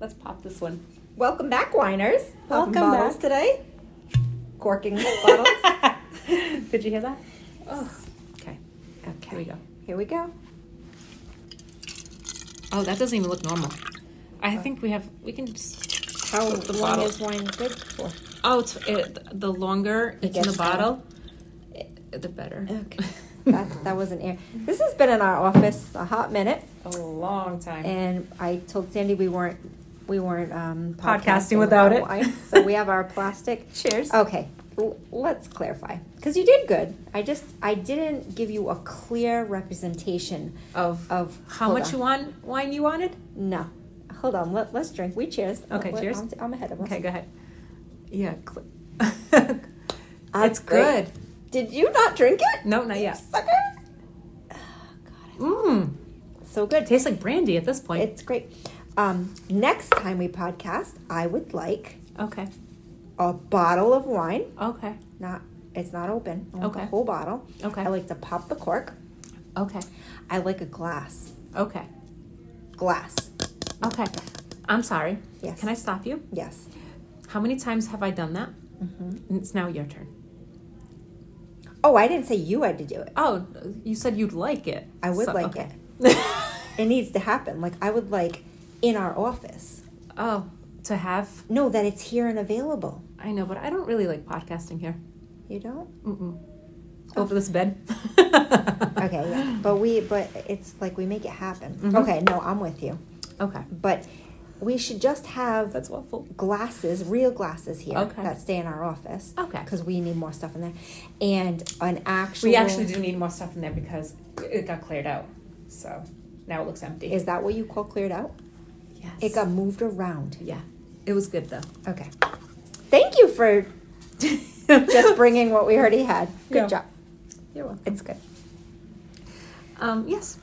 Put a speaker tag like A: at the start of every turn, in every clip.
A: Let's pop this one.
B: Welcome back, whiners.
A: Welcome
B: Popping bottles
A: back.
B: today. Corking bottles.
A: Did you hear that?
B: oh,
A: Okay.
B: okay.
A: Here we go.
B: Here we go.
A: Oh, that doesn't even look normal. I think we have. We can just.
B: How
A: Put the
B: long
A: bottle-
B: is wine good for?
A: Oh, it's it, the longer it's in the
B: gets
A: bottle, i- the better.
B: Okay. That, that was an air. This has been in our office a hot minute,
A: a long time.
B: and I told Sandy we weren't we weren't um,
A: Podcasting without it.
B: wine. so we have our plastic.
A: Cheers.
B: Okay, l- let's clarify because you did good. I just I didn't give you a clear representation
A: Of
B: of
A: how
B: Oh, hold
A: much
B: on.
A: you want wine you wanted?
B: No. Hold on. Let, let's drink. We cheers.
A: Okay,
B: Let-
A: cheers.
B: I'm, I'm ahead of us.
A: Okay, go ahead. Yeah. Cl-
B: That's
A: it's good.
B: great. Did you not drink it?
A: No, not yet.
B: Sucker.
A: Mmm.
B: So good.
A: It tastes like brandy at this point.
B: It's great. Um, next time we podcast, I would like
A: okay.
B: a bottle of wine.
A: Okay.
B: Not. It's not open. I want The
A: Okay.
B: whole bottle.
A: Okay.
B: I like to pop the cork.
A: Okay.
B: I like a glass.
A: Okay.
B: Glass.
A: Okay. I'm sorry.
B: Yes.
A: Can I stop you?
B: Yes.
A: How many times have I done that? And It's now your turn.
B: Oh, I didn't say you had to do it.
A: Oh, you said you'd like it.
B: I would like
A: it.
B: It needs to happen. Like I would like in our office.
A: oh, to have?
B: Know that it's here and available.
A: I know, but I don't really like podcasting here.
B: You don't.
A: Mm-mm. Over this bed.
B: okay yeah but we but it's like we make it happen
A: Mm-hmm.
B: okay no i'm with you
A: Okay.
B: but we should just have
A: That's waffle.
B: glasses real glasses here
A: Okay.
B: that stay in our office
A: Okay.
B: because we need more stuff in there and an actual
A: We actually do need more stuff in there because it got cleared out. So now it looks empty.
B: is that what you call cleared out
A: yes.
B: it got moved around
A: Yeah. It was good though.
B: okay thank you for just bringing what we already had good
A: Yeah.
B: job
A: You're welcome.
B: it's good
A: Um, yes.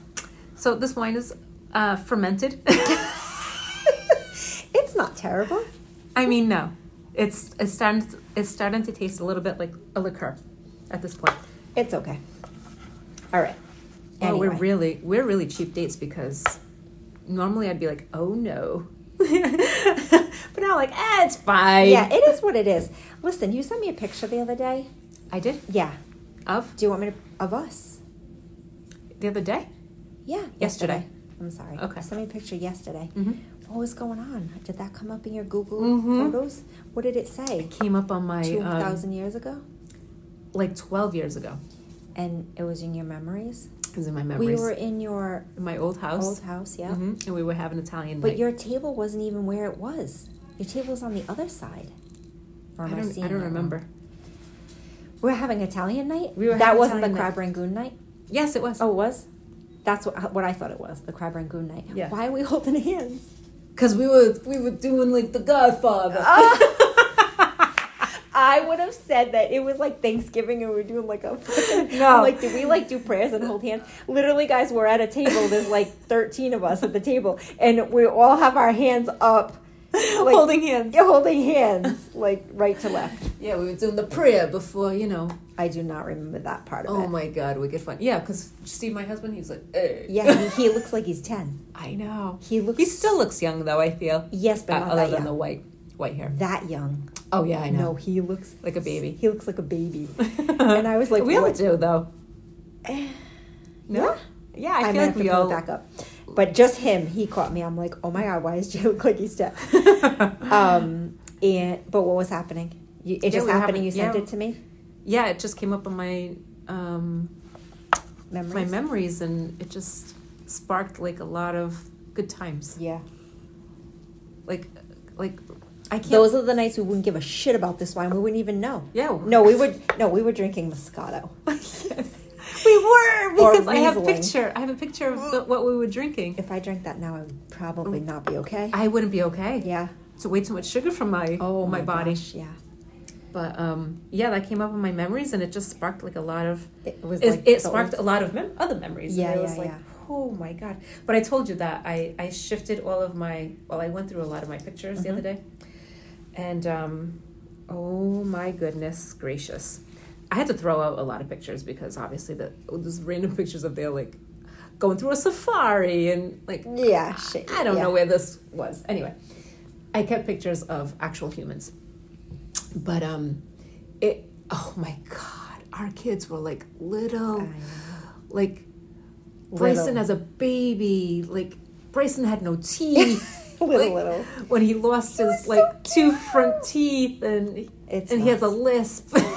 A: So this wine is uh, fermented.
B: it's not terrible
A: I mean, no. It's it's starting it's starting to taste a little bit like a liqueur at this point.
B: it's okay all right
A: Oh, we're
B: Anyway.
A: really we're really cheap dates because normally I'd be like, oh no, but now I'm like, eh, it's fine.
B: yeah it is what it is listen you sent me a picture the other day
A: I did
B: Yeah.
A: of
B: Do you want me to of us?
A: the other day.
B: Yeah.
A: Yesterday.
B: I'm sorry.
A: Okay.
B: Send me a picture yesterday.
A: Mhm.
B: What was going on? Did that come up in your Google
A: Mhm.
B: photos? What did it say?
A: Came up on my
B: Two
A: um,
B: thousand years ago,
A: like twelve years ago.
B: and it was in your memories.
A: It was in my memories.
B: We were in your
A: in my old house,
B: old house, yeah.
A: hmm and we were having Italian
B: But
A: night.
B: your table wasn't even where it was. Your table's on the other side. Or
A: I
B: am I
A: don't,
B: seeing
A: I don't
B: that wrong?
A: remember.
B: We're having Italian night.
A: We were
B: that
A: having
B: wasn't the
A: Italian
B: crab rangoon night.
A: Yes, it was.
B: Oh, it was. That's what what I thought it was. The crab rangoon night.
A: Yeah.
B: Why are we holding hands?
A: Because we were we were doing like the Godfather.
B: Ah. I would have said that it was like Thanksgiving and we were doing like a
A: No.
B: I'm like do we like do prayers and hold hands? Literally, guys, we're at a table. There's like 13 of us at the table, and we all have our hands up, like,
A: Holding hands.
B: You're holding hands, like right to left.
A: Yeah, we were doing the prayer before, you know.
B: I do not remember that part of
A: Oh
B: it.
A: my God, we get fun. Yeah, because Steve, my husband, he's like, eh.
B: Yeah, he, he looks like he's 10.
A: I know.
B: He looks
A: He still looks young though. I feel.
B: yes, but
A: Uh,
B: not
A: other
B: that
A: than
B: young.
A: the white white hair.
B: that young.
A: Oh yeah, I
B: No,
A: know.
B: he looks
A: Like a baby.
B: He looks like a baby. and I was like,
A: we all
B: what?
A: do though.
B: Yeah.
A: No. Yeah, I, feel
B: I, might
A: like
B: have
A: we
B: to pull
A: all.
B: it back up. But just him, he caught me. I'm like, oh my god, why is Jay look like he's dead? um, and but what was happening? You, it
A: Yeah,
B: just
A: we were
B: happened.
A: having-
B: and You sent
A: yeah.
B: it to me.
A: yeah, it just came up on my um,
B: Memories.
A: my memories, and it just sparked like a lot of good times.
B: Yeah.
A: Like, like I can't.
B: Those are the nights we wouldn't give a shit about this wine. We wouldn't even know.
A: yeah.
B: No, we would. No, we were drinking Moscato.
A: We were
B: Or
A: because I have a
B: Riesling.
A: picture. I have a picture of the, what we were drinking.
B: If I drank that now, I would probably not be okay.
A: Mm. I wouldn't be okay.
B: Yeah. Oh
A: It's way too much sugar for my my, body.
B: gosh, yeah.
A: But um, yeah, that came up in my memories, and it just sparked like a lot of
B: It was.
A: it,
B: like
A: it
B: the
A: sparked
B: old-
A: a lot of mem- other memories.
B: Yeah,
A: and it was
B: yeah,
A: like,
B: yeah.
A: oh my god! But I told you that I I shifted all of my well, I went through a lot of my pictures the other
B: Mm-hmm.
A: day, and um, oh my goodness gracious, I had to throw out a lot of pictures because obviously the those random pictures of there like going through a safari and like
B: Yeah. Shit.
A: I don't
B: yeah.
A: know where this was. Anyway, I kept pictures of actual humans. But um it oh my god, our kids were like little like Bryson
B: Little.
A: as a baby, like Bryson had no teeth.
B: Little,
A: like,
B: little.
A: When he lost his
B: was so
A: like two
B: cute.
A: front teeth and
B: It's
A: and he has a
B: nuts.
A: lisp.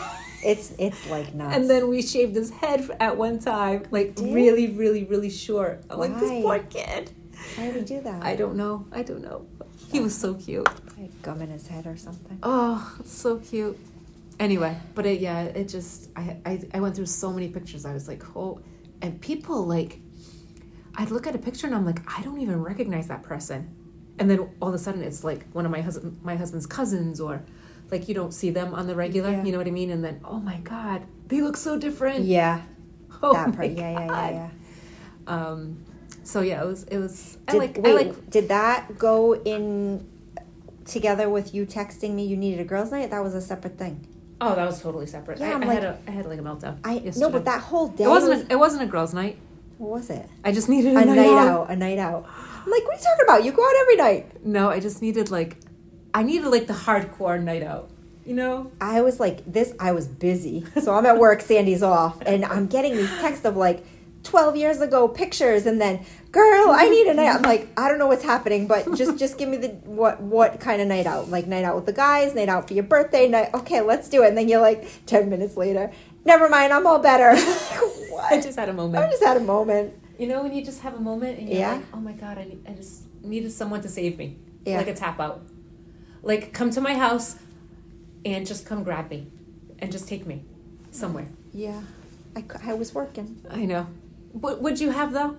B: It's it's like nuts.
A: and then we shaved his head at one time, like
B: Did?
A: really, really, really short. I'm like this
B: Why?
A: poor kid.
B: why do we do that?
A: I don't know. I don't know. He was so cute.
B: Like gum in his head or something.
A: Oh, it's so cute. Anyway, but it, yeah, it just I, I I went through so many pictures. I was like, oh, and people like, I'd look at a picture and I'm like, I don't even recognize that person, and then all of a sudden it's like one of my husband my husband's cousins or, like you don't see them on the regular.
B: Yeah.
A: You know what I mean? And then oh my god, they look so different.
B: Yeah,
A: Oh
B: that
A: my
B: part. Yeah, yeah, yeah,
A: God.
B: yeah.
A: Um, so yeah, it was it was. I
B: Did,
A: like
B: wait,
A: I like
B: did that go in together with you texting me? You needed a girls' night. That was a separate thing.
A: Oh, that was totally separate.
B: Yeah,
A: I,
B: I'm
A: I
B: like-
A: had a I had like a meltdown.
B: I no,
A: yesterday.
B: but that whole day
A: it wasn't a, it wasn't a girls' night.
B: what was it?
A: I just needed
B: A night out. A night out. I'm like, what are you talking about? You go out every night.
A: No, I just needed like I needed like the hardcore night out. You know?
B: I was like, this, I was busy. So I'm at work, Sandy's off, and I'm getting these texts of like 12 years ago pictures, and then, girl, I need a night out. I'm like, I don't know what's happening, but just just give me the what what kind of night out? Like, night out with the guys, night out for your birthday, night, okay, let's do it. And then you're like, 10 minutes later, never mind, I'm all better. what?
A: I just had a moment.
B: I just had a moment.
A: you know when you just have a moment and you're
B: Yeah.
A: like, oh my god, I, need, I just needed someone to save me.
B: Yeah.
A: Like a tap out. Like come to my house and just come grab me and just take me somewhere.
B: Yeah, I, cou- I was working.
A: I know. What would you have though?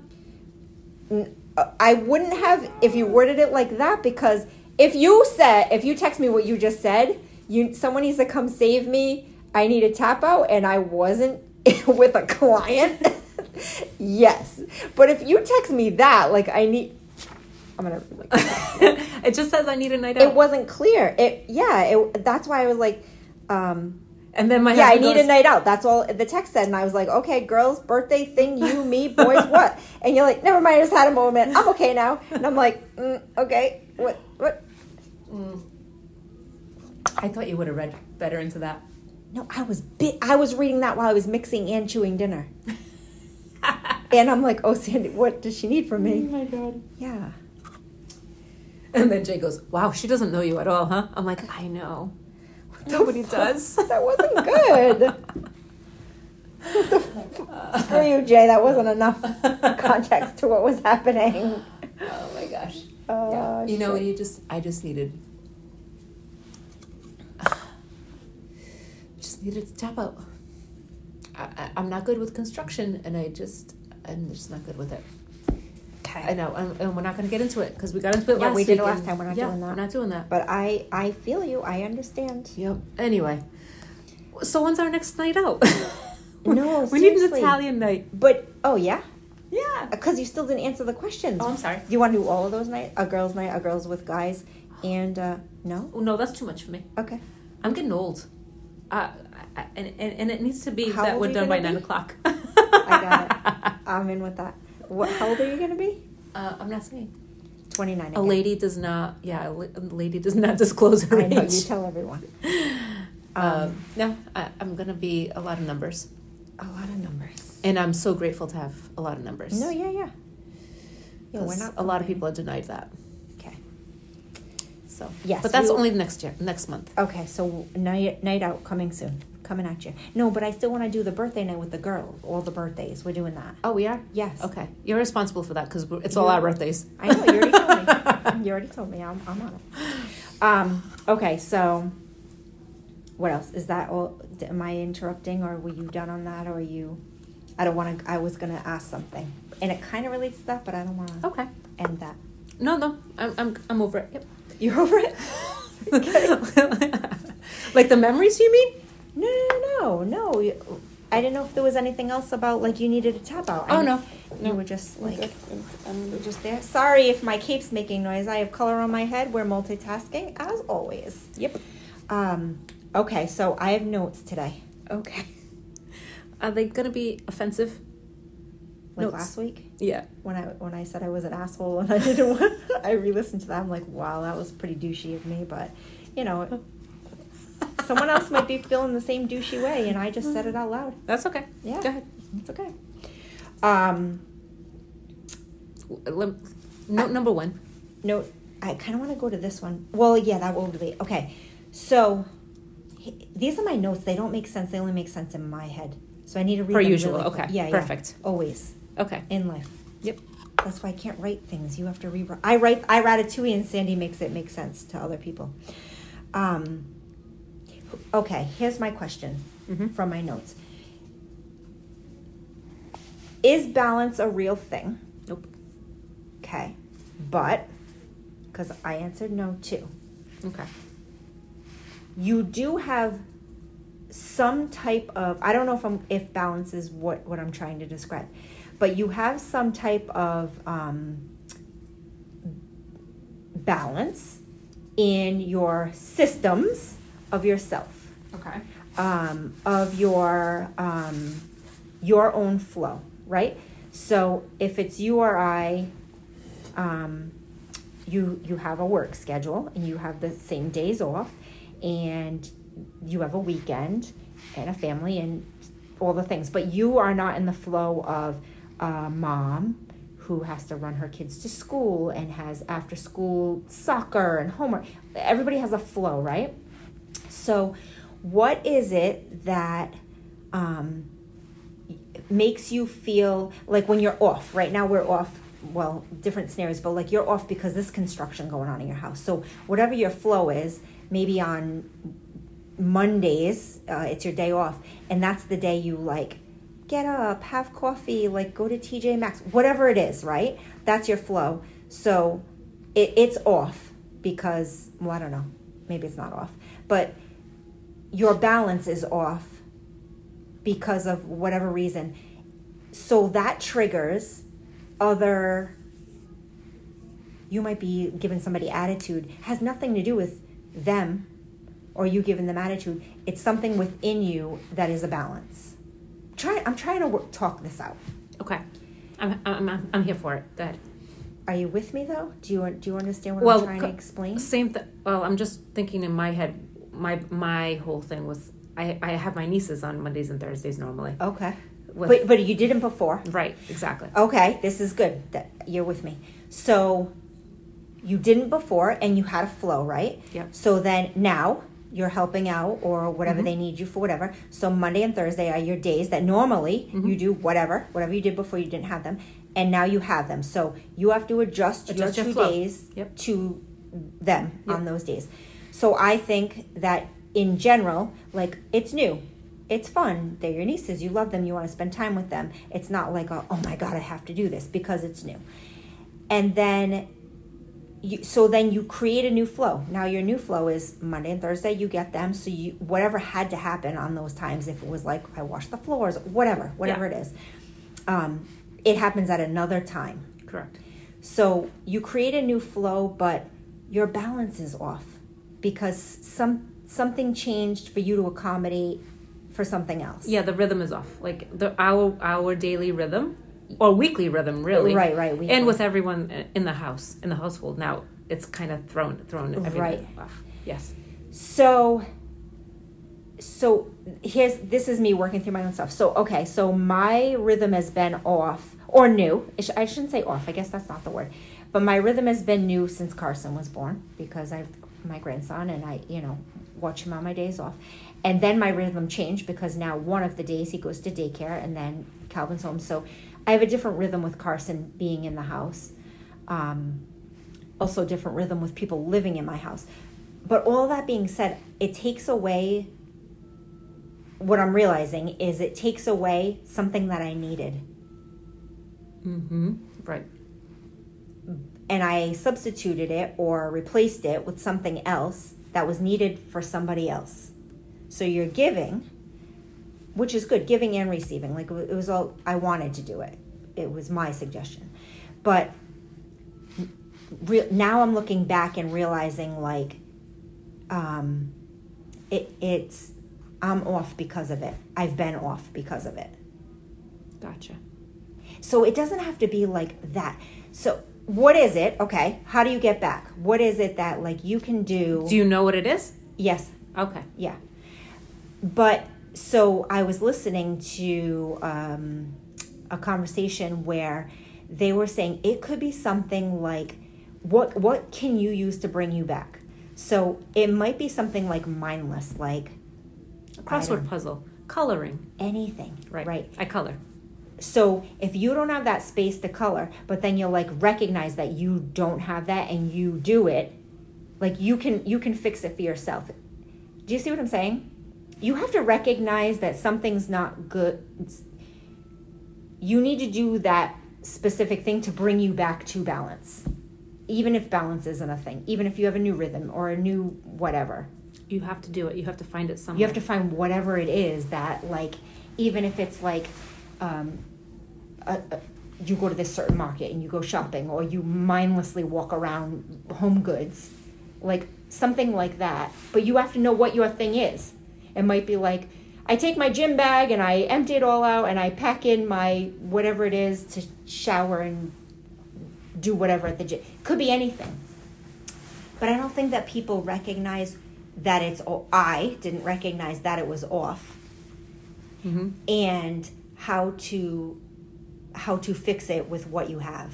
B: N- uh, I wouldn't have if you worded it like that because if you said if you text me what you just said, you someone needs to come save me. I need a tap out and I wasn't with a client. yes. But if you text me that like I need I'm going to
A: it just says I need a night out.
B: It wasn't clear. It yeah, it that's why I was like um
A: and then my
B: yeah, I
A: husband
B: need
A: goes,
B: a night out. That's all the text said. And I was like, okay, girls, birthday thing, you, me, boys, what? And you're like, never mind, I just had a moment. I'm okay now. And I'm like, mm, okay, what, what?
A: I thought you would have read better into that.
B: No, I was bit. I was reading that while I was mixing and chewing dinner. and I'm like, oh, Sandy, what does she need from me?
A: Oh my god.
B: Yeah.
A: And then Jay goes, Wow, she doesn't know you at all, huh? I'm like, I know. Nobody
B: fuck?
A: does.
B: That wasn't good. What the f- Screw you, Jay. That wasn't enough context to what was happening.
A: Oh my gosh.
B: Uh,
A: yeah. You know,
B: shit.
A: you just I just needed just needed to tap out. I, I, I'm not good with construction, and I just I'm just not good with it.
B: Okay.
A: I know, and, and we're not going to get into it because we got into it
B: Yeah,
A: last
B: we did it
A: week,
B: last
A: and-
B: time. We're not
A: yeah,
B: doing that.
A: We're not doing that.
B: But I, I feel you. I understand.
A: Yep. Anyway, so when's our next night out?
B: No,
A: we need an
B: seriously.
A: Italian night.
B: But oh yeah,
A: Yeah.
B: because you still didn't answer the questions.
A: Oh, I'm sorry.
B: You want to do all of those night? A girls' night, a girls with guys, and uh, no.
A: Oh, no, that's too much for me.
B: Okay.
A: I'm getting old. Uh, I- and, and, and it needs to be
B: How
A: that
B: old
A: we're
B: are you
A: done by
B: gonna
A: 9
B: be?
A: o'clock.
B: I got it. I'm in with that. What? How old are you gonna be?
A: Uh, I'm not saying.
B: Twenty nine.
A: A lady does not, yeah, a la- a lady does not disclose her
B: I know. You
A: age.
B: tell everyone.
A: Um, no, I, I'm going to be a lot of numbers.
B: A lot of numbers.
A: And I'm so grateful to have a lot of numbers.
B: No. Yeah. Yeah. Yeah. We're
A: 'Cause
B: not
A: a lot of
B: complaining.
A: people are denied that.
B: Okay.
A: So,
B: Yes,
A: But that's
B: we-
A: only next year, next month.
B: Okay. So night night out coming soon. Coming at you. No, but I still want to do the birthday night with the girls. All the birthdays. We're doing that.
A: Oh, we are?
B: Yes.
A: Okay. You're responsible for that because it's all
B: You-
A: our birthdays.
B: I know you already told me. You already told me. I'm, I'm on it. Um, okay, so what else is that? All d- am I interrupting, or were you done on that, or are you? I don't want to. I was gonna ask something, and it kind of relates to that, but I don't want to
A: Okay.
B: end that.
A: No, no, I'm, I'm, I'm over it. Yep.
B: You're over it.
A: like the memories, you mean?
B: No, no, no, no. no. you- I didn't know if there was anything else about like you needed a tap out. I
A: Oh,
B: kn-
A: no. No.
B: you were just like you were just there. Sorry if my cape's making noise. I have color on my head. We're multitasking as always. Yep. Um. Okay, so I have notes today.
A: Okay. Are they gonna be offensive?
B: like
A: Notes.
B: last week
A: Yeah.
B: when I when I said I was an asshole and I didn't want. I re-listened to that. I'm like, wow, that was pretty douchey of me, but you know, someone else might be feeling the same douchey way, and I just said it out loud.
A: That's okay.
B: Yeah.
A: Go ahead.
B: It's okay. Um,
A: Lem- Note number one.
B: no, I kind of want to go to this one. Well, yeah, that will be okay. So h- these are my notes. They don't make sense. They only make sense in my head. So I need to read.
A: Per
B: them
A: usual.
B: really quick.
A: Okay.
B: Yeah. yeah.
A: Perfect.
B: Always
A: Okay.
B: in life.
A: Yep.
B: That's why I can't write things. You have to rewrite. I write. I ratatouille, and Sandy makes it make sense to other people. Um, okay, here's my question
A: Mhm.
B: from my notes: Is balance a real thing?
A: Nope.
B: Okay, but because I answered no too,
A: Okay.
B: you do have some type of. I don't know if I'm, if balance is what what I'm trying to describe, but you have some type of. Um, balance in your systems of yourself,
A: Okay.
B: um, of your um, your own flow, right? So if it's you or I, um, you you have a work schedule and you have the same days off, and you have a weekend and a family and all the things, but you are not in the flow of a mom who has to run her kids to school and has after school soccer and homework. Everybody has a flow, right? So, what is it that um, makes you feel like when you're off? Right now, we're off. Well, different scenarios, but like you're off because this construction going on in your house. So whatever your flow is, maybe on Mondays uh, it's your day off, and that's the day you like get up, have coffee, like go to TJ Maxx, whatever it is. Right? That's your flow. So it, it's off because well, I don't know. Maybe it's not off, but your balance is off because of whatever reason. So that triggers other. You might be giving somebody attitude, has nothing to do with them or you giving them attitude. It's something within you that is a balance. Try, I'm trying to work, talk this out.
A: Okay. I'm, I'm, I'm, I'm here for it. Go ahead.
B: Are you with me though? Do you do you understand what
A: Well,
B: I'm trying
A: co-
B: to explain?
A: Same thing. Well, I'm just thinking in my head. My my whole thing was I I have my nieces on Mondays and Thursdays normally.
B: Okay,
A: With-
B: but but Oh. you didn't before.
A: right. Exactly.
B: Okay, this is good. That you're with me. So you didn't before and you had a flow, right?
A: Yep.
B: So then now you're helping out or whatever
A: Mhm.
B: they need you for whatever. So Monday and Thursday are your days that normally
A: Mhm.
B: you do whatever, whatever you did before you didn't have them and now you have them. So you have to adjust,
A: Adjust your
B: your two
A: flow.
B: days
A: Yep.
B: to them
A: Yep.
B: on those days. So I think that in general, like it's new. It's fun. They're your nieces. You love them. You want to spend time with them. It's not like, a, oh my God, I have to do this because it's new. And then you, so then you create a new flow. Now your new flow is Monday and Thursday. You get them. So you whatever had to happen on those times, if it was like I wash the floors, whatever, whatever
A: Yeah.
B: it is, um, it happens at another time.
A: Correct.
B: So you create a new flow, but your balance is off because some something changed for you to accommodate for something else.
A: Yeah, the rhythm is off. Like the our our daily rhythm or weekly rhythm, really.
B: Right, right, weekly.
A: And with everyone in the house, in the household now, it's kind of thrown thrown everything
B: Right.
A: off. Yes.
B: So so here's this is me working through my own stuff. So okay, so my rhythm has been off or new. I sh- I shouldn't say off. I guess that's not the word. But my rhythm has been new since Carson was born because I my grandson and I, you know, watch him on my days off. And then my rhythm changed because now one of the days he goes to daycare and then Calvin's home. So I have a different rhythm with Carson being in the house. Um, also different rhythm with people living in my house. But all that being said, it takes away what I'm realizing is it takes away something that I needed.
A: Mm-hmm. Right.
B: And I substituted it or replaced it with something else that was needed for somebody else. So you're giving, which is good, giving and receiving. Like it wa- it was all I wanted to do it. It was my suggestion. But re- now I'm looking back and realizing like um it it's I'm off because of it. I've been off because of it.
A: Gotcha.
B: So it doesn't have to be like that. So what is it? Okay. How do you get back? What is it that like you can do?
A: Do you know what it is?
B: yes.
A: Okay.
B: Yeah. But so I was listening to um, a conversation where they were saying it could be something like, what what can you use to bring you back? So it might be something like mindless, like
A: A crossword puzzle. Coloring.
B: anything,
A: Right.
B: Right.
A: I color.
B: So if you don't have that space to color, but then you'll like recognize that you don't have that and you do it, like you can you can fix it for yourself. Do you see what I'm saying? You have to recognize that something's not good. It's- You need to do that specific thing to bring you back to balance. Even if balance isn't a thing, even if you have a new rhythm or a new whatever.
A: You have to do it. You have to find it somewhere.
B: You have to find whatever it is that, like, even if it's like, um, a, a, you go to this certain market and you go shopping, or you mindlessly walk around Home Goods, like something like that. But you have to know what your thing is. It might be like, I take my gym bag and I empty it all out and I pack in my whatever it is to shower and do whatever at the gym. Could be anything. But I don't think that people recognize that it's. o- I didn't recognize that it was off,
A: Mm-hmm.
B: and how to how to fix it with what you have.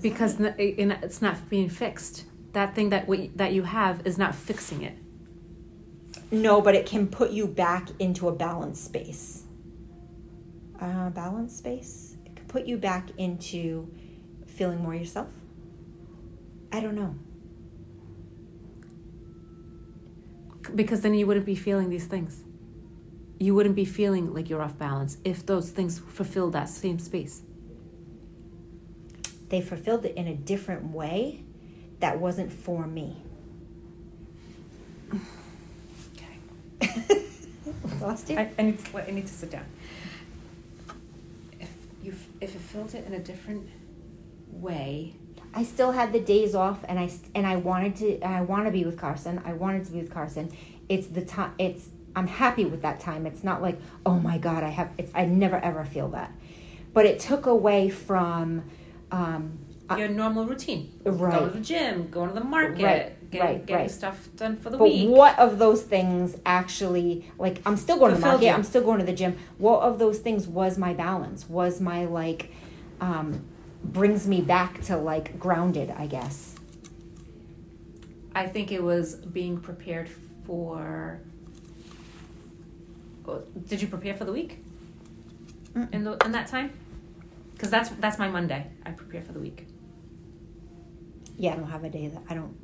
A: Because n- it- it- it's not being fixed. That thing that we, that you have is not fixing it.
B: No, but it can put you back into a balanced space. Uh, balanced space. It could put you back into feeling more yourself. I don't know.
A: Because then you wouldn't be feeling these things. You wouldn't be feeling like you're off balance if those things fulfill that same space.
B: They fulfilled it in a different way that wasn't for me.
A: Okay.
B: Lost you?
A: I, I need to I need to sit down. If you if it filled it in a different way,
B: I still had the days off, and I st- and I wanted to. and I want to be with Carson. I wanted to be with Carson. It's the time. It's I'm happy with that time. It's not like oh my god, I have. It's I never ever feel that, but it took away from. Um, I-
A: your normal routine. Go to
B: Right.
A: the gym, go to the market,
B: Right,
A: getting,
B: right,
A: getting
B: right.
A: stuff done for the
B: But
A: week.
B: what of those things actually like I'm still going to the
A: Fulfilled
B: market,
A: you.
B: I'm still going to the gym. What of those things was my balance? Was my like um brings me back to like grounded, I guess.
A: I think it was being prepared for. Well, Did you prepare for the week? In the, in that time, because that's that's my Monday. I prepare for the week.
B: yeah, I don't have a day that I don't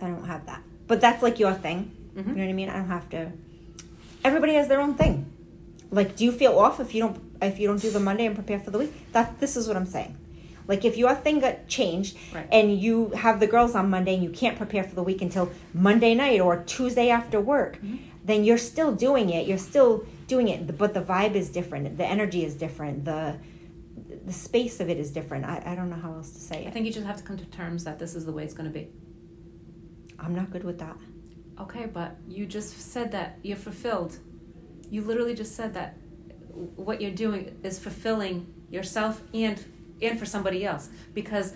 B: I don't have that. But that's like your thing.
A: Mm-hmm.
B: You know what I mean? I don't have to everybody has their own thing. Like do you feel off if you don't if you don't do the Monday and prepare for the week? That this is what I'm saying. Like if your thing got changed
A: Right.
B: and you have the girls on Monday and you can't prepare for the week until Monday night or Tuesday after work,
A: Mm-hmm.
B: then you're still doing it. You're still doing it, but the vibe is different. The energy is different. The the space of it is different. I, I don't know how else to say
A: I
B: it.
A: think you just have to come to terms that this is the way it's going to be.
B: I'm not good with that.
A: Okay, but you just said that you're fulfilled. You literally just said that what you're doing is fulfilling yourself and and for somebody else because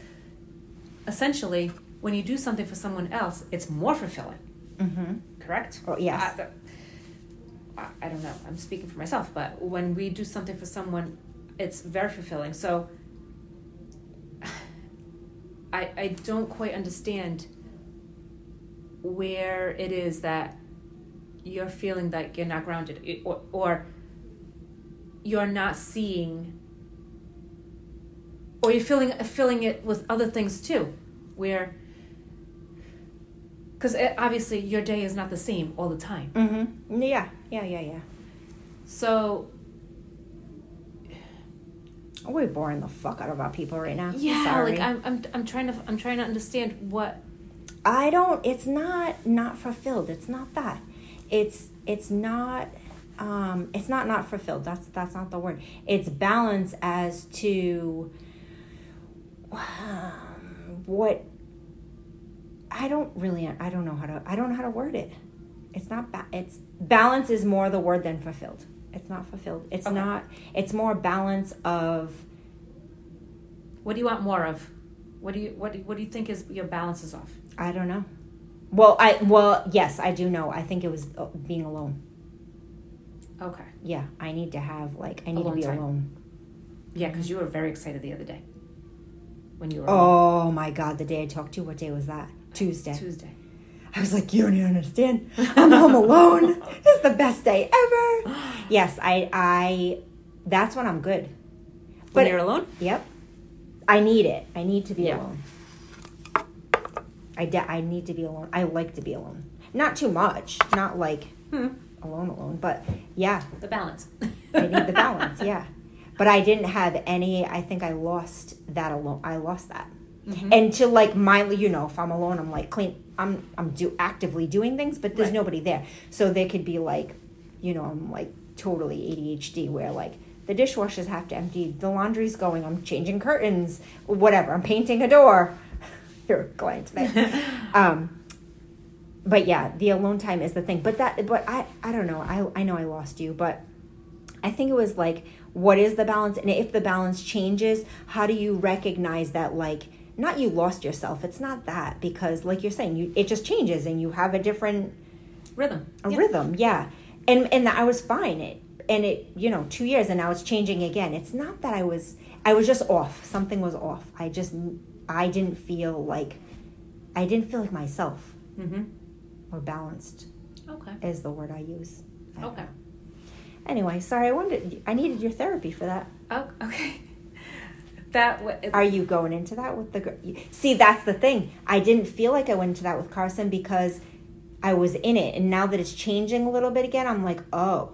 A: essentially when you do something for someone else, it's more fulfilling.
B: Mm-hmm.
A: Correct?
B: Oh, yes.
A: I, I, I don't know. I'm speaking for myself, but when we do something for someone, it's very fulfilling. So I I don't quite understand where it is that you're feeling like you're not grounded i- or, or you're not seeing or you're filling filling it with other things too where because obviously your day is not the same all the time
B: Mm-hmm. Yeah, yeah, yeah, yeah.
A: so
B: We're boring the fuck out of our people right now.
A: yeah,
B: Sorry.
A: like I'm, I'm, I'm trying to, I'm trying to understand what.
B: I don't. It's not not fulfilled. It's not that. It's it's not. Um, it's not not fulfilled. That's that's not the word. It's balance as to um, what. I don't really. I don't know how to. I don't know how to word it. It's not. Ba- it's balance is more the word than fulfilled. It's not fulfilled. It's
A: Okay.
B: not. It's more balance of
A: What do you want more of? What do you what do, what do you think is your balance is off?
B: I don't know. Well, I well yes, I do know. I think it was uh, being alone.
A: Okay.
B: Yeah, I need to have like I need
A: Alone
B: to be
A: time.
B: alone.
A: Yeah, because you were very excited the other day when you were
B: Oh my god, the day I talked to you, what day was that? Tuesday.
A: Tuesday.
B: I was like, you don't even understand. I'm home alone. It's the best day ever. Yes, I I that's when I'm good.
A: When
B: But-
A: you're alone.
B: Yep. I need it. I need to be
A: Yeah.
B: alone. I de- I need to be alone. I like to be alone. Not too much. Not like
A: Hmm.
B: alone alone, but yeah,
A: The balance.
B: I need the balance. yeah. But I didn't have any I think I lost that alone. I lost that.
A: Mhm.
B: And to like my you know, if I'm alone, I'm like clean I'm I'm do actively doing things, but there's
A: Right.
B: nobody there. So there could be like, you know, I'm like totally ADHD where like the dishwashers have to empty, the laundry's going, I'm changing curtains, whatever, I'm painting a door. You're going today.
A: uh,
B: um but yeah, the alone time is the thing. But that but I I don't know. I I know I lost you, but I think it was like, what is the balance? And if the balance changes, how do you recognize that, like, not you lost yourself? It's not that because, like you're saying, you it just changes and you have a different
A: Rhythm.
B: a
A: Yeah.
B: rhythm. Yeah, and and I was fine. It and it you know two years and now it's changing again. It's not that I was I was just off. Something was off. I just I didn't feel like I didn't feel like myself
A: Mm-hmm.
B: or balanced
A: Okay.
B: is the word I use. I-
A: Okay.
B: Anyway, sorry. I wanted I needed your therapy for that.
A: Oh, okay. That wa-
B: Are you going into that with the girl? See, that's the thing. I didn't feel like I went into that with Carson because I was in it, and now that it's changing a little bit again, I'm like, oh.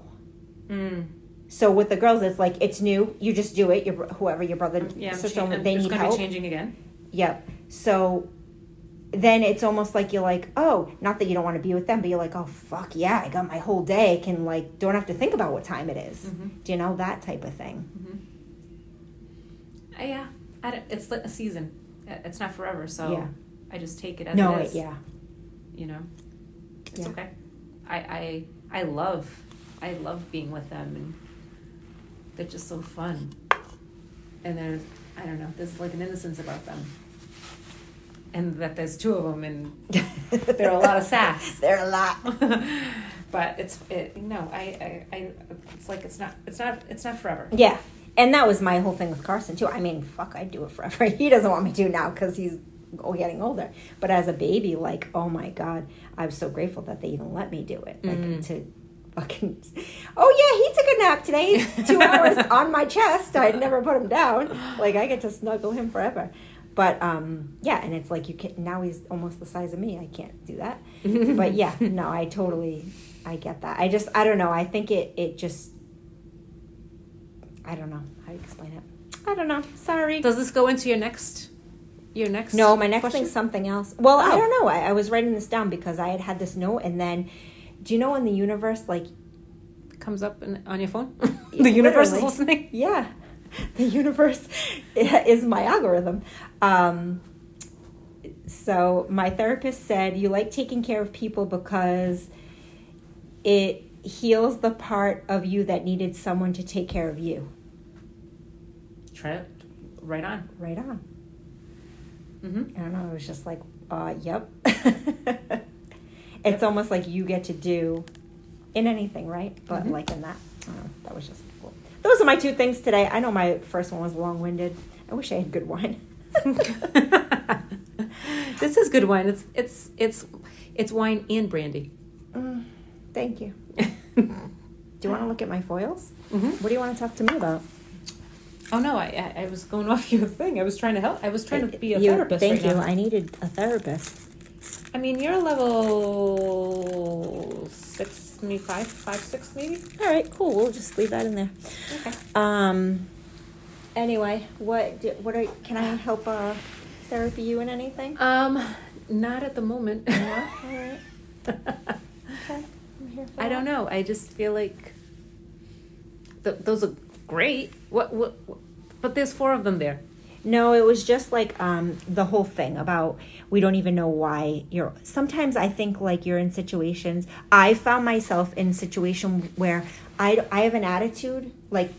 A: Mm.
B: So with the girls, it's like it's new. You just do it. Your br- whoever your brother,
A: Yeah, I'm
B: sister,
A: chan-
B: they
A: it's
B: need
A: gonna
B: help.
A: be changing again.
B: Yep. So then it's almost like you're like, oh, not that you don't want to be with them, but you're like, oh fuck yeah, I got my whole day. I can like don't have to think about what time it is.
A: Mhm.
B: Do you know that type of thing?
A: Mm-hmm. Uh, yeah, I don't, it's like a season. Uh, It's not forever, so
B: Yeah.
A: I just take it as
B: No,
A: it
B: it,
A: is.
B: yeah,
A: You know, it's
B: Yeah.
A: okay. I, I I love I love being with them, and they're just so fun. And there's I don't know, there's like an innocence about them, and that there's two of them, and there are a lot of sass.
B: There are a lot.
A: but it's it no I, I I it's like it's not it's not it's not forever.
B: Yeah. And that was my whole thing with Carson too. I mean, fuck, I'd do it forever. He doesn't want me to now because he's o- getting older. But as a baby, like, oh my god, I was so grateful that they even let me do it. Like
A: Mm.
B: to fucking. Oh yeah, he took a nap today. Two hours on my chest. I'd never put him down. Like I get to snuggle him forever. But um, yeah, and it's like you can now he's almost the size of me. I can't do that. but yeah, no, I totally, I get that. I just, I don't know. I think it, it just I don't know how to explain it. I don't know. Sorry.
A: Does this go into your next your next?
B: No, my next
A: question?
B: thing's something else. Well, I
A: Oh.
B: don't know. I, I was writing this down because I had had this note, and then, do you know in the universe, like,
A: comes up in, on your phone.
B: Yeah,
A: the universe
B: literally.
A: is listening.
B: yeah, the universe is my algorithm. Um, so my therapist said you like taking care of people because it heals the part of you that needed someone to take care of you.
A: Try it right on.
B: Right on.
A: Mm-hmm.
B: I don't know. It was just like, uh, yep. it's almost like you get to do in anything, right? But
A: Mhm.
B: like in that, I don't know, that was just cool. Those are my two things today. I know my first one was long winded. I wish I had good wine.
A: this is good wine. It's it's it's it's wine and brandy.
B: Mm, thank you.
A: mm-hmm.
B: Do you want to look at my foils? What do you want to talk to me about?
A: Oh no, I, I I was going off your thing. I was trying to help. I was trying to be a
B: You-
A: therapist.
B: Thank
A: right
B: you.
A: now.
B: I needed a therapist.
A: I mean, you're level six, maybe five, five, six, maybe.
B: All right, cool. We'll just leave that in there.
A: Okay.
B: Um. Anyway, what do, what are can I help uh, therapy you in anything?
A: Um, not at the moment.
B: No? All right. Okay. I'm here for
A: I don't
B: that.
A: know. I just feel like th- those are great. What, what? What? But there's four of them there. No, it was just like um, the whole thing about we don't even know why you're. Sometimes I think like you're in situations. I found myself in a situation where I I have an attitude like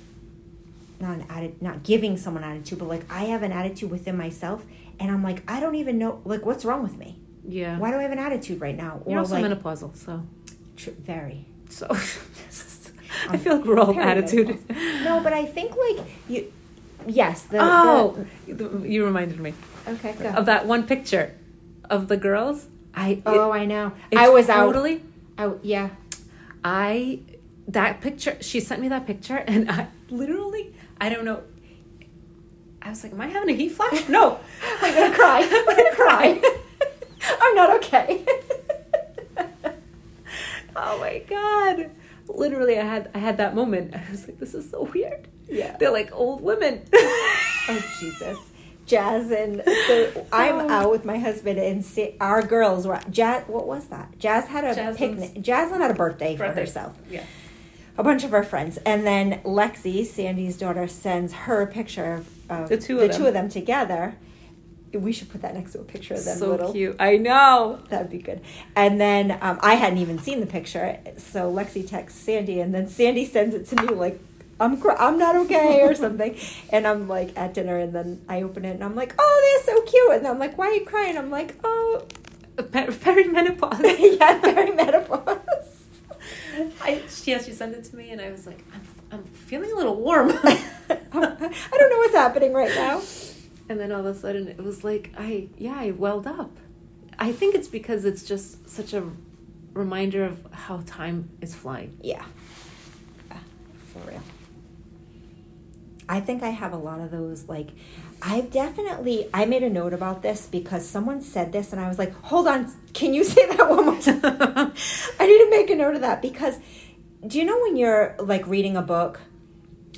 A: not an atti- not giving someone attitude, but like I have an attitude within myself, and I'm like I don't even know like what's wrong with me.
C: Yeah.
A: Why do I have an attitude right now?
C: You're also
A: like
C: menopausal, so
A: tr- very.
C: so I feel like we're all
A: Very
C: attitude.
A: No, but I think like you. Yes. The,
C: Oh, you reminded me
A: The, okay. Go.
C: of that one picture of the girls. I
A: oh, I know.
C: it's
A: I was out.
C: totally.
A: I, yeah.
C: I that picture she sent me that picture and I literally I don't know I was like, Am I having a heat flash? No.
A: I'm gonna cry. I'm gonna cry. I'm not okay.
C: oh my god. Literally I had I had that moment. I was like, This is so weird.
A: Yeah.
C: They're like old women.
A: Oh Jesus.
B: Jazz and so I'm
C: Oh.
B: out with my husband and si- our girls were Jazz. What was that? Jazz had a
C: Jasmine's-
B: picnic. Jasmine had a birthday for
C: Birthday.
B: herself.
C: yeah.
B: a bunch of her friends, and then Lexi, Sandy's daughter, sends her a picture of, of
C: The two of them.
B: together. We should put that next to a picture of them.
C: So
B: little.
C: cute. I know.
B: That'd be good. And then um, I hadn't even seen the picture, so Lexi texts Sandy, and then Sandy sends it to me like. I'm cr- I'm not okay or something, and I'm like at dinner, and then I open it and I'm like, oh, they're so cute, and I'm like, why are you crying? I'm like, oh,
C: Per- perimenopause.
B: yeah, very menopause.
C: I, she, yeah, she sent it to me and I was like, I'm, I'm feeling a little warm.
B: I don't know what's happening right now.
C: And then all of a sudden, it was like I, yeah, I welled up. I think it's because it's just such a reminder of how time is flying.
B: Yeah. For real. I think I have a lot of those. Like, I've definitely, I made a note about this because someone said this and I was like, hold on, can you say that one more time? I need to make a note of that because do you know when you're like reading a book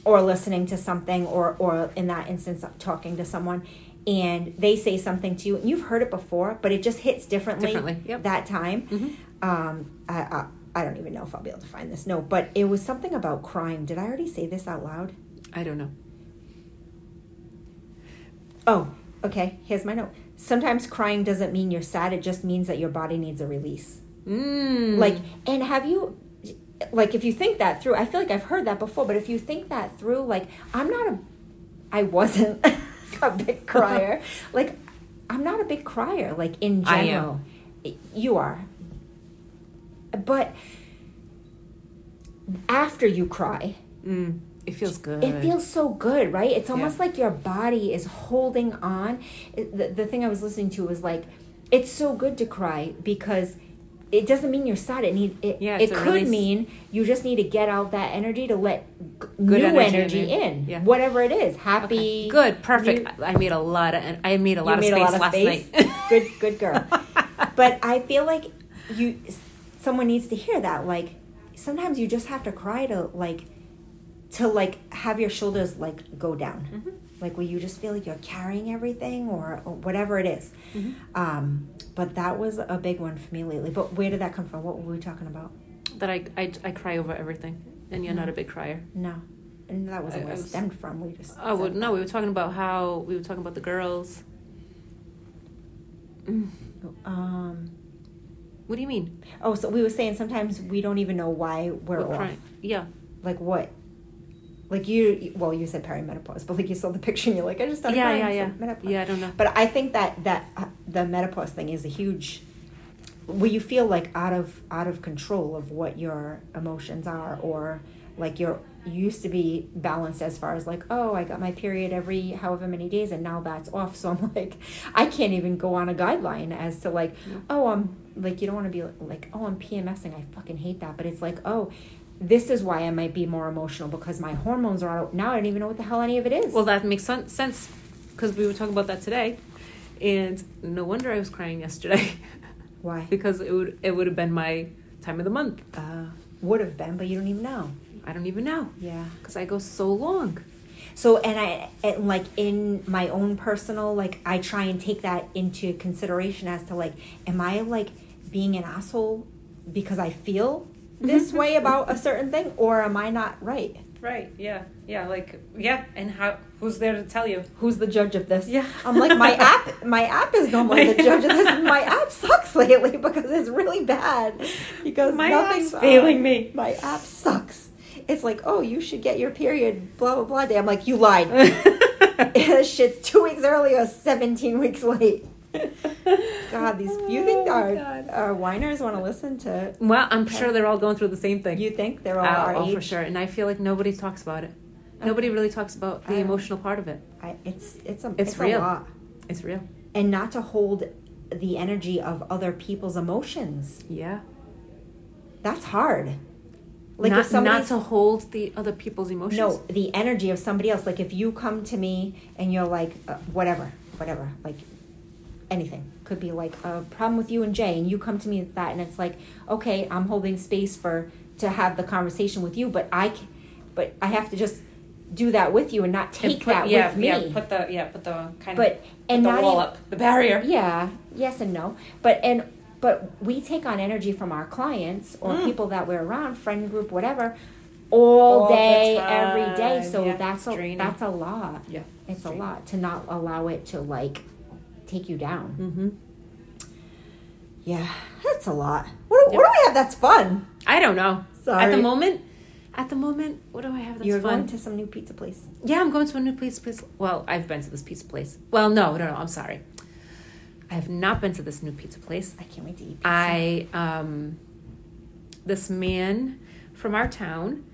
B: or listening to something or, or in that instance, uh, talking to someone and they say something to you and you've heard it before, but it just hits differently,
C: Differently, yep. Mm-hmm.
B: that time? um, I, I, I don't even know if I'll be able to find this note, but it was something about crying. Did I already say this out loud?
C: I don't know.
B: Oh, okay. Here's my note. Sometimes crying doesn't mean you're sad, it just means that your body needs a release.
C: Mm.
B: Like, and have you, like, if you think that through, I feel like I've heard that before, but if you think that through, like, I'm not a, I wasn't a big crier. like, I'm not a big crier, like, in
C: I am.
B: general. You are. But after you cry,
C: mm. it feels good.
B: it feels so good, right? It's almost like your body is holding on. It- the, the thing I was listening to was like, it's so good to cry because it doesn't mean you're sad. It need it,
C: Yeah,
B: it
C: it's a
B: could
C: release.
B: mean you just need to get out that energy to let g-
C: Good
B: new
C: energy
B: energy,
C: in
B: in,
C: there. Yeah.
B: whatever it is, happy,
C: good, perfect. I made a lot of, I made a lot of
B: made a
C: space
B: lot of
C: last
B: space.
C: night.
B: good, good girl. but I feel like you, someone needs to hear that. Like sometimes you just have to cry to like, to like have your shoulders like go down,
C: Mm-hmm.
B: like where you just feel like you're carrying everything or, or whatever it is. Um, but that was a big one for me lately. But where did that come from? What were we talking about?
C: that I, I, I cry over everything, and you're not a big crier.
B: No, and that wasn't
C: I-
B: where
C: I
B: it
C: was-
B: stemmed from. We just
C: Oh well,
B: said-
C: no, we were talking about how we were talking about the girls. Mm.
B: Um,
C: What do you mean?
B: oh, so we were saying sometimes we don't even know why we're,
C: We're
B: off.
C: crying. Yeah.
B: like what like you well you said perimenopause but like you saw the picture and you're like i just started
C: Yeah,
B: crying
C: yeah,
B: so
C: yeah.
B: menopause.
C: Yeah, I don't know.
B: but i think that that uh, the menopause thing is a huge where you feel like out of out of control of what your emotions are or like you're you used to be balanced as far as like oh i got my period every however many days and now that's off so i'm like i can't even go on a guideline as to like oh i'm like you don't want to be like oh i'm pmsing i fucking hate that but it's like oh this is why i might be more emotional because my hormones are out now i don't even know what the hell any of it is
C: Well, that makes sen- sense because we were talking about that today, and no wonder I was crying yesterday
B: why
C: because it would it would have been my time of the month. Uh,
B: would have been but you don't even know
C: I don't even know
B: yeah
C: because I go so long.
B: So and I and like in my own personal like I try and take that into consideration as to like am I like being an asshole because I feel this way about a certain thing or am I not right?
C: Right. Yeah. Yeah. Like yeah. And how? Who's there to tell you?
B: Who's the judge of this?
C: Yeah.
B: I'm like my app. My app is no more the judge of this. My app sucks lately because it's really bad. Because
C: My
B: nothing's
C: app's failing me.
B: My app sucks. It's like, oh, you should get your period, blah blah blah day. I'm like, you lied. this shit's two weeks early or seventeen weeks late. God, these you think
C: Oh,
B: our
C: God.
B: our whiners want to listen to?
C: Well, I'm sure they're all going through the same thing.
B: You think they're all
C: Uh,
B: our
C: oh,
B: age?
C: for sure. And I feel like nobody talks about it. Nobody really talks about the
B: I-
C: emotional part of it.
B: I, it's it's a
C: It's
B: it's,
C: real.
B: a lot,
C: It's real.
B: and not to hold the energy of other people's emotions.
C: Yeah.
B: That's hard.
C: Like not,
B: if somebody's-
C: not to hold the other people's emotions.
B: no the energy of somebody else like if you come to me and you're like uh, whatever whatever like anything could be like a problem with you and jay and you come to me with that and it's like okay i'm holding space for to have the conversation with you but i c- but i have to just do that with you and not
C: And
B: take
C: put-
B: that
C: yeah,
B: with me
C: Yeah, put the yeah, put the kind of
B: but and
C: the
B: not e-
C: wall
B: even,
C: up, the barrier.
B: yeah yes and no but and but we take on energy from our clients or
C: Mm.
B: people that we're around friend group whatever all,
C: All the
B: day
C: time,
B: every day so
C: yeah,
B: that's a
C: draining.
B: that's a lot
C: Yeah.
B: it's a lot to not allow it to like take you down
C: Mm-hmm.
B: yeah that's a lot what, do- what do we have that's fun
C: I don't know.
B: sorry
C: At the moment, at the moment, what do I have that's
B: you're
C: fun?
B: going to some new pizza place
C: yeah, I'm going to a new place. Place. Well, I've been to this pizza place. Well, no, no, no. I'm sorry. I have not been to this new pizza place.
B: i can't wait to eat pizza.
C: I um, this man from our town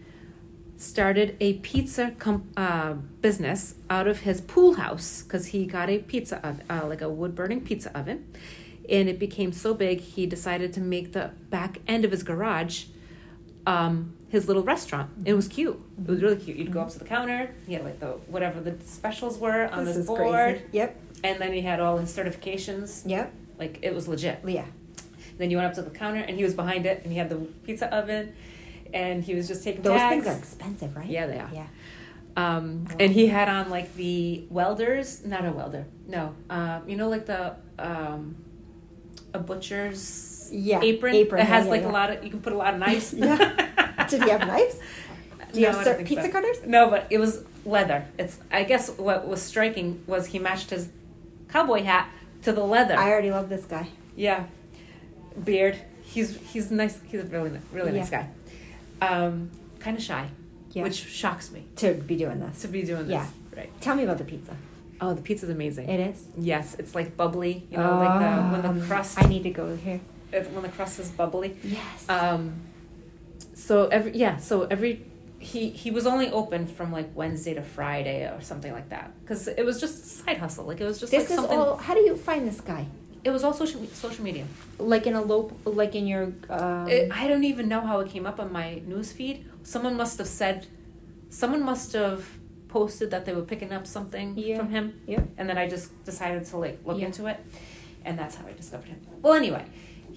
C: started a pizza com- uh, business out of his pool house because he got a pizza oven, uh, like a wood burning pizza oven, and it became so big he decided to make the back end of his garage um, his little restaurant. It was cute. It was really cute. You'd go up to the counter. He had like the whatever the specials were on
B: Oh, this
C: this
B: is
C: board,
B: crazy yep
C: and then he had all his certifications.
B: yep
C: Like it was legit.
B: yeah
C: Then you went up to the counter, and he was behind it, and he had the pizza oven, and he was just taking
B: those
C: tags.
B: things are expensive right
C: Yeah, they are.
B: yeah Oh.
C: Um, and he had on like the welders, not a welder, no, uh, you know, like the um, a butcher's
B: Yeah,
C: apron.
B: apron,
C: It has
B: yeah,
C: like
B: yeah,
C: a lot of you can put a lot of knives.
B: Yeah. Did you have knives? Do you have
C: No, I don't
B: cer-
C: think
B: pizza
C: so.
B: cutters?
C: No, but it was leather. It's I guess what was striking was he matched his cowboy hat to the leather.
B: I already love this guy.
C: Yeah, beard. He's he's nice. He's a really ni- really nice guy. Um, kind of shy,
B: Yeah.
C: which shocks me
B: To be doing this.
C: to be doing this.
B: Yeah.
C: Right.
B: Tell me about the pizza.
C: Oh, the pizza's amazing.
B: It is.
C: yes, it's like bubbly. You know, like the, when the
B: Um,
C: crust
B: I need to go here. Uh,
C: it- when the crust is bubbly.
B: Yes.
C: Um, so every yeah, so every he he was only open from like Wednesday to Friday or something like that because it was just side hustle. Like it was just
B: this
C: like
B: is
C: something.
B: all. How do you find this guy?
C: it was all social me- social media.
B: Like in a low, like in your. Um,
C: It, I don't even know how it came up on my newsfeed. Someone must have said, someone must have posted that they were picking up something
B: Yeah.
C: from him.
B: Yeah.
C: And then I just decided to like look
B: Yeah.
C: into it, and that's how I discovered him. Well, anyway,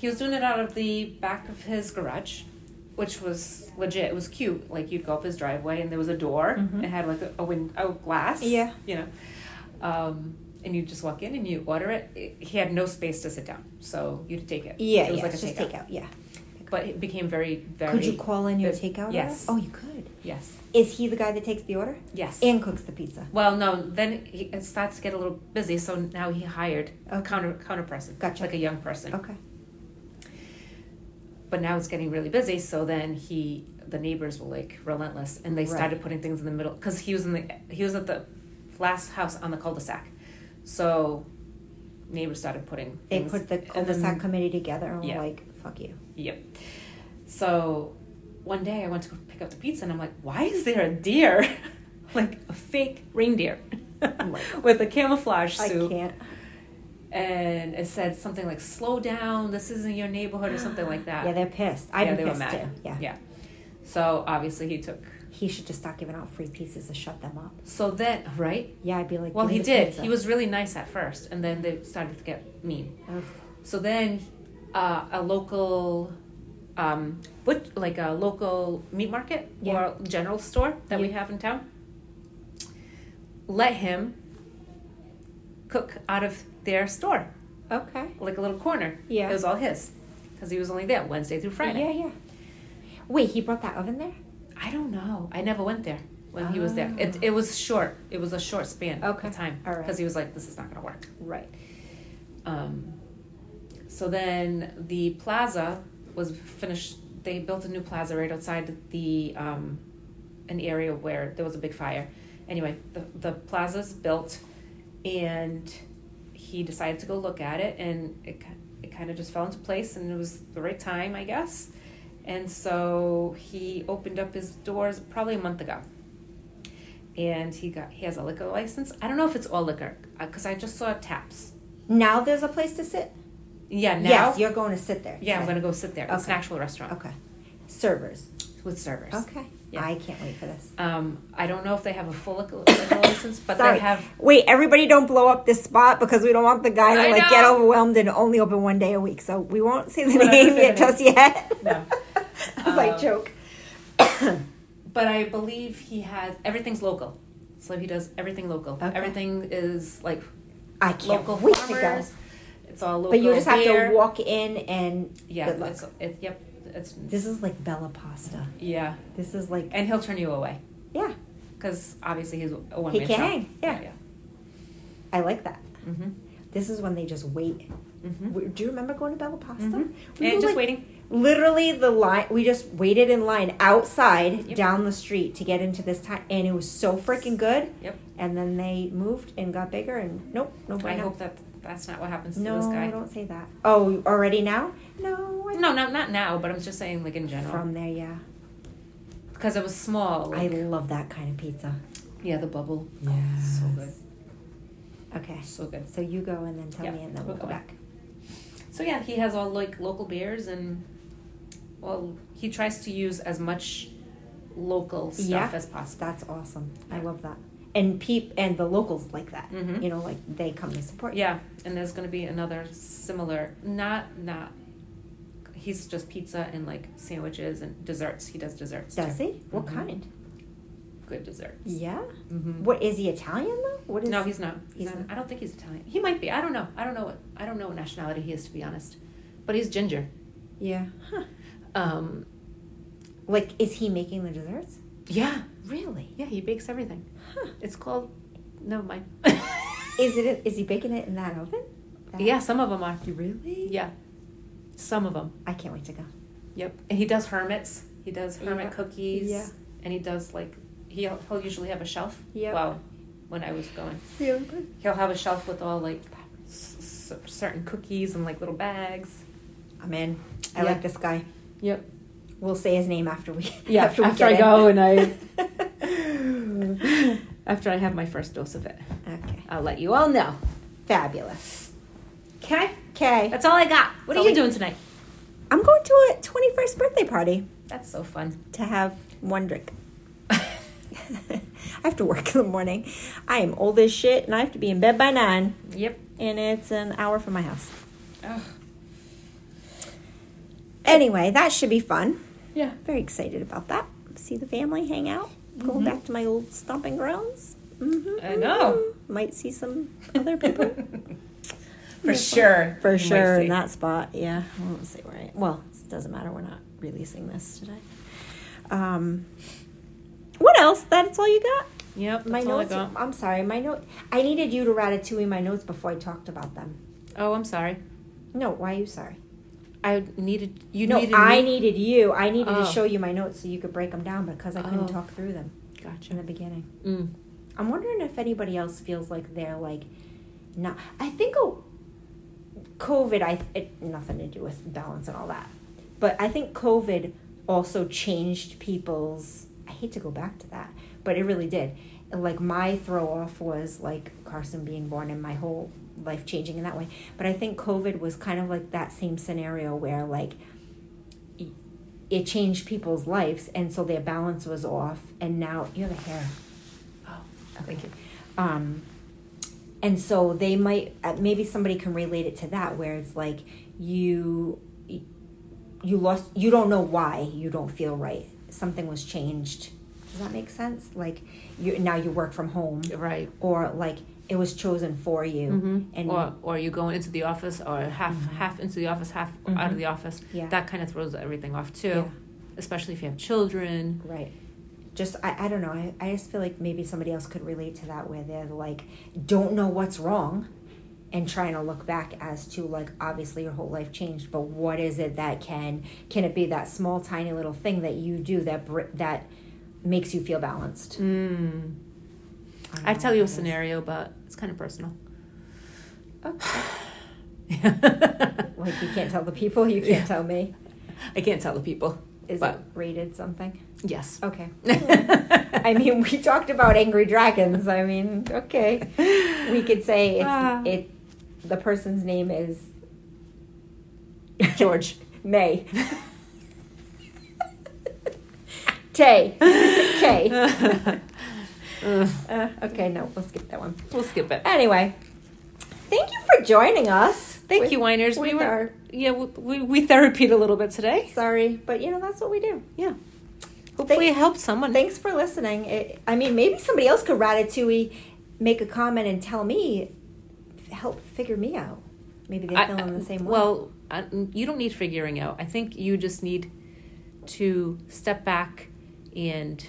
C: he was doing it out of the back of his garage, which was legit. It was cute. Like you'd go up his driveway, and there was a door.
B: Mhm.
C: It had like a, a window glass.
B: Yeah.
C: You know. Um, and you just walk in and you order it. It- He had no space to sit down, so you'd take it.
B: yeah,
C: it was
B: yeah.
C: like
B: it's
C: a
B: just
C: takeout
B: takeout. Yeah.
C: but it became very very
B: Could you call in your
C: it-
B: takeout?
C: yes.
B: order? Oh, you could.
C: yes
B: Is he the guy that takes the order
C: yes
B: and cooks the pizza?
C: well no then he, it starts to get a little busy so now he hired a
B: Okay.
C: counter counter person
B: Gotcha.
C: like a young person
B: Okay.
C: but now it's getting really busy so then he the neighbors were like relentless and they
B: Right.
C: started putting things in the middle because he was in the he was at the last house on the cul-de-sac so neighbors started putting
B: They
C: things
B: put the
C: and then-
B: cul-de-sac committee together and were
C: Yeah.
B: like, "Fuck you."
C: Yep. So one day I went to go pick up the pizza and I'm like, why is there a deer? like a fake reindeer with a camouflage
B: Oh I
C: suit.
B: can't.
C: And it said something like, slow down, this isn't your neighborhood or something like that.
B: Yeah, they're pissed. I'd
C: Yeah,
B: be
C: they were
B: pissed
C: mad.
B: too. Yeah.
C: Yeah. So obviously he took.
B: He should just stop giving out free pieces to shut them up.
C: So then, right?
B: Yeah, I'd be like,
C: Well,
B: "Give me
C: he
B: the
C: did.
B: pizza."
C: He was really nice at first and then they started to get mean.
B: Ugh.
C: So then, uh, a local, um, but like a local meat market
B: Yeah.
C: or general store that we
B: Yeah.
C: have in town, let him cook out of their store,
B: Okay.
C: like a little corner.
B: Yeah.
C: it was all his because he was only there Wednesday through Friday.
B: Yeah, yeah. Wait, he brought that oven there?
C: I don't know. I never went there when he was there. It, it was short. It was a short span
B: Oh. Okay.
C: of time
B: All right.
C: he was like, "This is not gonna work."
B: Right.
C: Um, so then the plaza was finished. They built a new plaza right outside the um, an area where there was a big fire. Anyway, the the plaza's built, and he decided to go look at it, and it ki- it kind of just fell into place, and it was the right time, I guess. And so he opened up his doors probably a month ago and he got he has a liquor license. I don't know if it's all liquor because I just saw taps.
B: Now there's a place to sit.
C: Yeah, now
B: Yes, you're going to sit there.
C: yeah, I'm
B: today.
C: gonna go sit there. It's an
B: Okay.
C: actual restaurant
B: Okay. Servers.
C: with servers.
B: Okay.
C: Yeah.
B: I can't wait for this.
C: Um, I don't know if they have a full liquor, liquor license, but
B: Sorry.
C: they have.
B: Wait, everybody don't blow up this spot because we don't want the guy to
C: I
B: like get
C: know.
B: overwhelmed and only open one day a week. So we won't say the
C: We're not gonna
B: name
C: say
B: yet
C: the name.
B: just yet.
C: No.
B: It's like
C: Um,
B: joke.
C: But I believe he has everything's local, so he does everything local.
B: Okay.
C: Everything is like
B: I can't
C: local
B: wait
C: farmers.
B: to go.
C: It's all local.
B: But you just have
C: beer.
B: to walk in and
C: Yeah,
B: Good luck.
C: it's, it, yep. It's
B: this is like Bella Pasta.
C: yeah,
B: This is like
C: and he'll turn you away
B: yeah.
C: because obviously he's a one
B: He
C: man
B: can
C: show.
B: hang, yeah. Mm-hmm. I like that.
C: Mhm.
B: This is when they just wait.
C: Mhm.
B: We- Do you remember going to Bella Pasta?
C: Mhm.
B: We
C: and
B: were,
C: just
B: like,
C: waiting.
B: Literally, the line we just waited in line outside
C: Yep.
B: down the street to get into this time, and it was so freaking good.
C: Yep.
B: And then they moved and got bigger, and nope, no
C: I
B: bueno.
C: hope that that's not what happens to
B: No,
C: this guy.
B: don't say that. Oh, already now? No, I
C: No, not not now, but I'm just saying like in general
B: From there, yeah.
C: because it was small.
B: I
C: Like,
B: love that kind of pizza.
C: yeah, the bubble.
B: Yeah,
C: So good,
B: Okay,
C: so good.
B: so you go and then tell
C: Yeah,
B: me, and then we'll go
C: we'll go.
B: back.
C: So yeah, he has all like local beers and well, he tries to use as much local stuff
B: Yeah.
C: as possible.
B: That's awesome. I love that. And peep and the locals like that.
C: Mhm.
B: You know, like they come to support. you.
C: Yeah, and there's gonna be another similar, not not. He's just pizza and like sandwiches and desserts. He does desserts.
B: Does
C: too.
B: he? What
C: Mhm.
B: kind?
C: Good dessert.
B: Yeah.
C: Mm-hmm.
B: What is he Italian though? What is?
C: No, he's not. He's,
B: he's
C: not.
B: not.
C: I don't think he's Italian. He might be. I don't know. I don't know what I don't know what nationality he is to be honest. But he's ginger.
B: Yeah. Huh.
C: Um,
B: Like, is he making the desserts?
C: yeah,
B: Really?
C: yeah. He bakes everything.
B: Huh.
C: It's called. Never mind.
B: Is it? Is he baking it in that oven? That-
C: Yeah, some of them are.
B: Really?
C: Yeah, some of them.
B: I can't wait to go.
C: Yep. And he does hermits. He does hermit
B: Yeah.
C: cookies.
B: Yeah.
C: And he does like he'll he'll usually have a shelf.
B: Yep.
C: Well, when I was going,
B: Really good.
C: he'll have a shelf with all like s- s- certain cookies and like little bags.
B: I'm in. I
C: Yeah.
B: like this guy.
C: Yep.
B: We'll say his name after we.
C: Yeah,
B: After, we
C: after I
B: get
C: go
B: in.
C: and I- After I have my first dose of it,
B: okay.
C: I'll let you all know.
B: Fabulous.
C: Okay.
B: Okay.
C: That's all I got. What
B: That's
C: are
B: all we-
C: you doing tonight?
B: I'm going to a 21st birthday party
C: That's so fun.
B: to have one drink. I have to work in the morning. I am old as shit and I have to be in bed by nine.
C: Yep.
B: And it's an hour from my house.
C: Ugh.
B: Anyway, that should be fun.
C: Yeah.
B: Very excited about that. See the family, hang out, going back to my old stomping grounds. Mm-hmm,
C: Mm-hmm. I know.
B: Might see some other people.
C: For sure.
B: For
C: You might
B: sure,
C: see.
B: in that spot. Yeah, I won't say where. I, well, it doesn't matter. We're not releasing this today. Um, what else? That's all you got.
C: Yep.
B: my
C: that's all I
B: notes.
C: got.
B: I'm sorry. My note. I needed you to ratatouille my notes before I talked about them.
C: Oh, I'm sorry.
B: No, why are you sorry?
C: I needed you.
B: no,
C: needed
B: I
C: me-
B: needed you. I needed
C: Oh.
B: to show you my notes so you could break them down because I couldn't
C: Oh.
B: talk through them in
C: Gotcha.
B: the beginning.
C: Mm.
B: I'm wondering if anybody else feels like they're like, not. I think oh, COVID. I it, nothing to do with balance and all that, but I think COVID also changed people's. I hate to go back to that, but it really did. Like my throw off was like Carson being born and my whole life changing in that way. But I think COVID was kind of like that same scenario where like y- it changed people's lives and so their balance was off and now you have a hair.
C: Oh,
B: Thank you. Um, and so they might uh, maybe somebody can relate it to that where it's like you you lost you don't know why you don't feel right something was changed does that make sense like you now you work from home
C: Right. Mm-hmm.
B: or like it was chosen for you and Mm-hmm.
C: or or you going into the office or half half into the office, half out of the office.
B: Yeah.
C: That kind of throws everything off too,
B: Yeah.
C: especially if you have children.
B: right just I, I don't know I, I just feel like maybe somebody else could relate to that where they're like don't know what's wrong and trying to look back as to like obviously your whole life changed but what is it that can can it be that small tiny little thing that you do that br- that makes you feel balanced
C: Mm.
B: don't
C: I
B: know
C: tell you a
B: what it is.
C: scenario, but it's kind of personal.
B: Okay.
C: like
B: like you can't tell the people you can't tell me
C: I can't tell the people.
B: is
C: But-
B: it rated something
C: Yes.
B: okay I mean, we talked about angry dragons. I mean, okay, we could say it's
C: Ah.
B: it. The person's name is
C: George.
B: May. Tay. Tay. Uh, okay, no, we'll skip that one.
C: we'll skip it.
B: Anyway, thank you for joining us.
C: Thank
B: with-
C: you, Winers. We
B: with
C: were
B: our-
C: yeah, we, we we therapied a little bit today.
B: sorry, but you know that's what we do.
C: Yeah. Hopefully it helped someone.
B: Thanks for listening. It, I mean, maybe somebody else could ratatouille, make a comment, and tell me, help figure me out. Maybe they
C: I-
B: feel in the same way.
C: Well, I, you don't need figuring out. I think you just need to step back and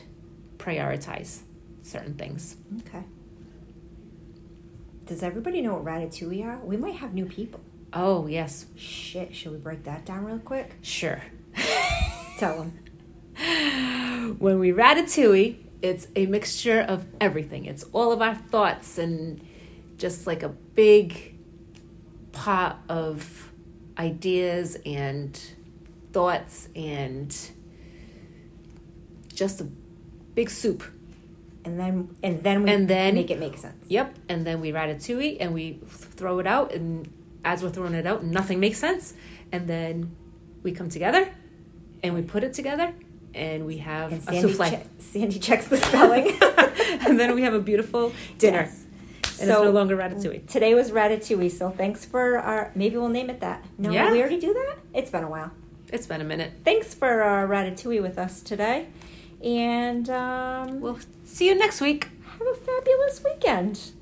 C: prioritize certain things.
B: Okay. Does everybody know what ratatouille are? We might have new people.
C: Oh, yes.
B: Shit, should we break that down real quick?
C: Sure.
B: Tell them.
C: When we ratatouille, it's a mixture of everything. It's all of our thoughts and just like a big pot of ideas and thoughts and just a big soup.
B: And then and then we
C: And then-
B: make it make sense.
C: Yep. And then we ratatouille and we th- throw it out. And as we're throwing it out, nothing makes sense. And then we come together and we put it together and we have
B: And
C: a
B: Sandy,
C: souffle.
B: che- Sandy checks the spelling.
C: and then we have a beautiful dinner.
B: Yes.
C: And it's no
B: So mm,
C: longer ratatouille.
B: today was ratatouille, so thanks for our maybe we'll name it that. No,
C: Yeah.
B: we already do that? It's been a while.
C: It's been a minute.
B: Thanks for our ratatouille with us today. And um,
C: We'll see you next week.
B: have a fabulous weekend.